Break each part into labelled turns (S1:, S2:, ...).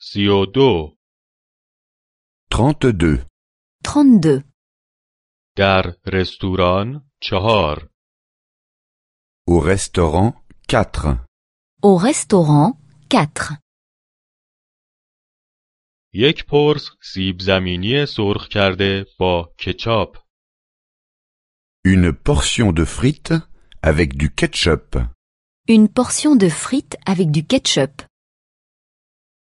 S1: سی و دو
S2: 32.
S3: 32.
S1: در رستوران چهار
S2: Au restaurant 4.
S3: Au restaurant 4.
S1: یک پرس سیب زمینی سرخ کرده با کچاپ
S2: Une portion de frites avec du ketchup.
S3: Une portion de frites avec du ketchup.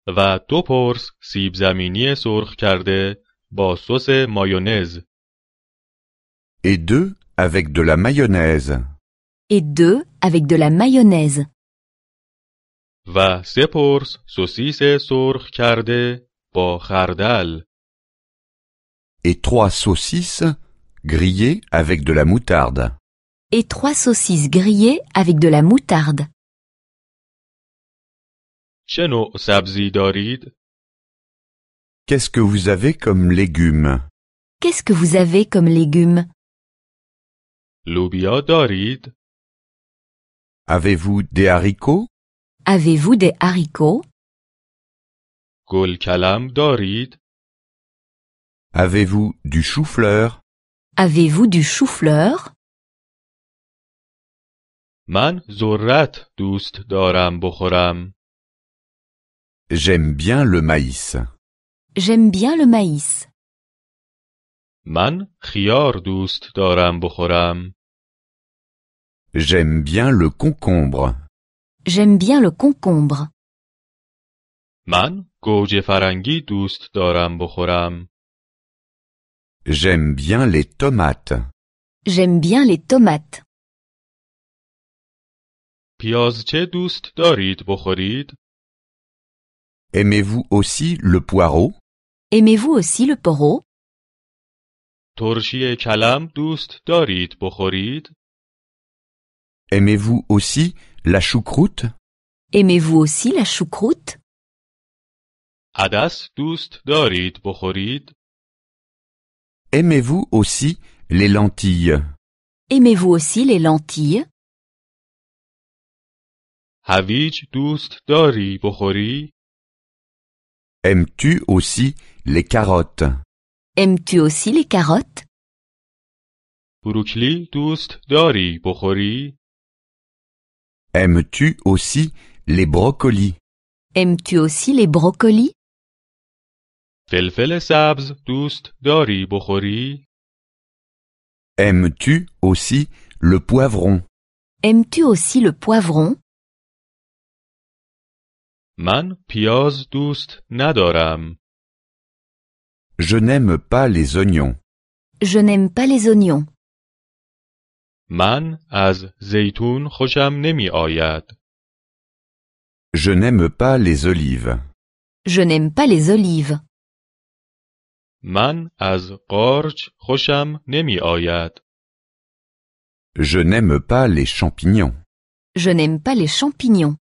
S1: و دو پرس سیب زمینی سرخ کرده با سس مایونز
S2: Et deux avec de la mayonnaise.
S3: Et deux avec de la mayonnaise.
S1: و سه پرس سوسیس سرخ کرده با خردل
S2: Et trois saucisses grillées avec de la moutarde.
S3: Et trois saucisses grillées avec de la moutarde.
S1: چه نوع سبزی دارید؟
S2: Qu'est-ce que vous avez comme légumes
S3: Qu'est-ce que vous avez comme légumes
S1: لوبیا دارید؟
S2: Avez-vous des haricots
S3: Avez-vous des haricots
S1: گل کلم دارید؟
S2: Avez-vous du chou-fleur
S3: Avez-vous du chou-fleur
S1: من ذرت دوست دارم بخورم.
S2: J'aime bien le maïs.
S3: J'aime bien le maïs.
S1: من خیار دوست دارم بخورم.
S2: J'aime bien le concombre.
S3: J'aime bien le concombre.
S1: من گوجه فرنگی دوست دارم بخورم.
S2: J'aime bien les tomates.
S3: J'aime bien les tomates.
S1: پیازچه دوست دارید بخورید؟
S2: Aimez-vous aussi le poireau
S3: Aimez-vous aussi le poro
S1: ترشی کلم دوست دارید بخورید؟
S2: Aimez-vous aussi la choucroute
S3: Aimez-vous aussi la choucroute
S1: عدس دوست دارید بخورید؟
S2: Aimez-vous aussi les lentilles
S3: Aimez-vous aussi les lentilles
S1: هویج دوست داری بخوری؟
S2: Aimes-tu aussi les carottes
S3: Aimes-tu aussi les carottes
S1: بروکلی دوست داری بخوری؟
S2: Aimes-tu aussi les brocolis
S3: Aimes-tu aussi les brocolis
S1: فلفل سبز دوست داری بخوری؟
S2: Aimes-tu aussi le poivron
S3: Aimes-tu aussi le poivron
S1: من پیاز دوست ندارم.
S2: Je n'aime pas les oignons.
S3: Je n'aime pas les oignons.
S1: من از زیتون خوشم نمی آید.
S2: Je n'aime pas les olives.
S3: Je n'aime pas les olives.
S1: من از قارچ خوشم نمی آید.
S2: Je n'aime pas les champignons.
S3: Je n'aime pas les champignons.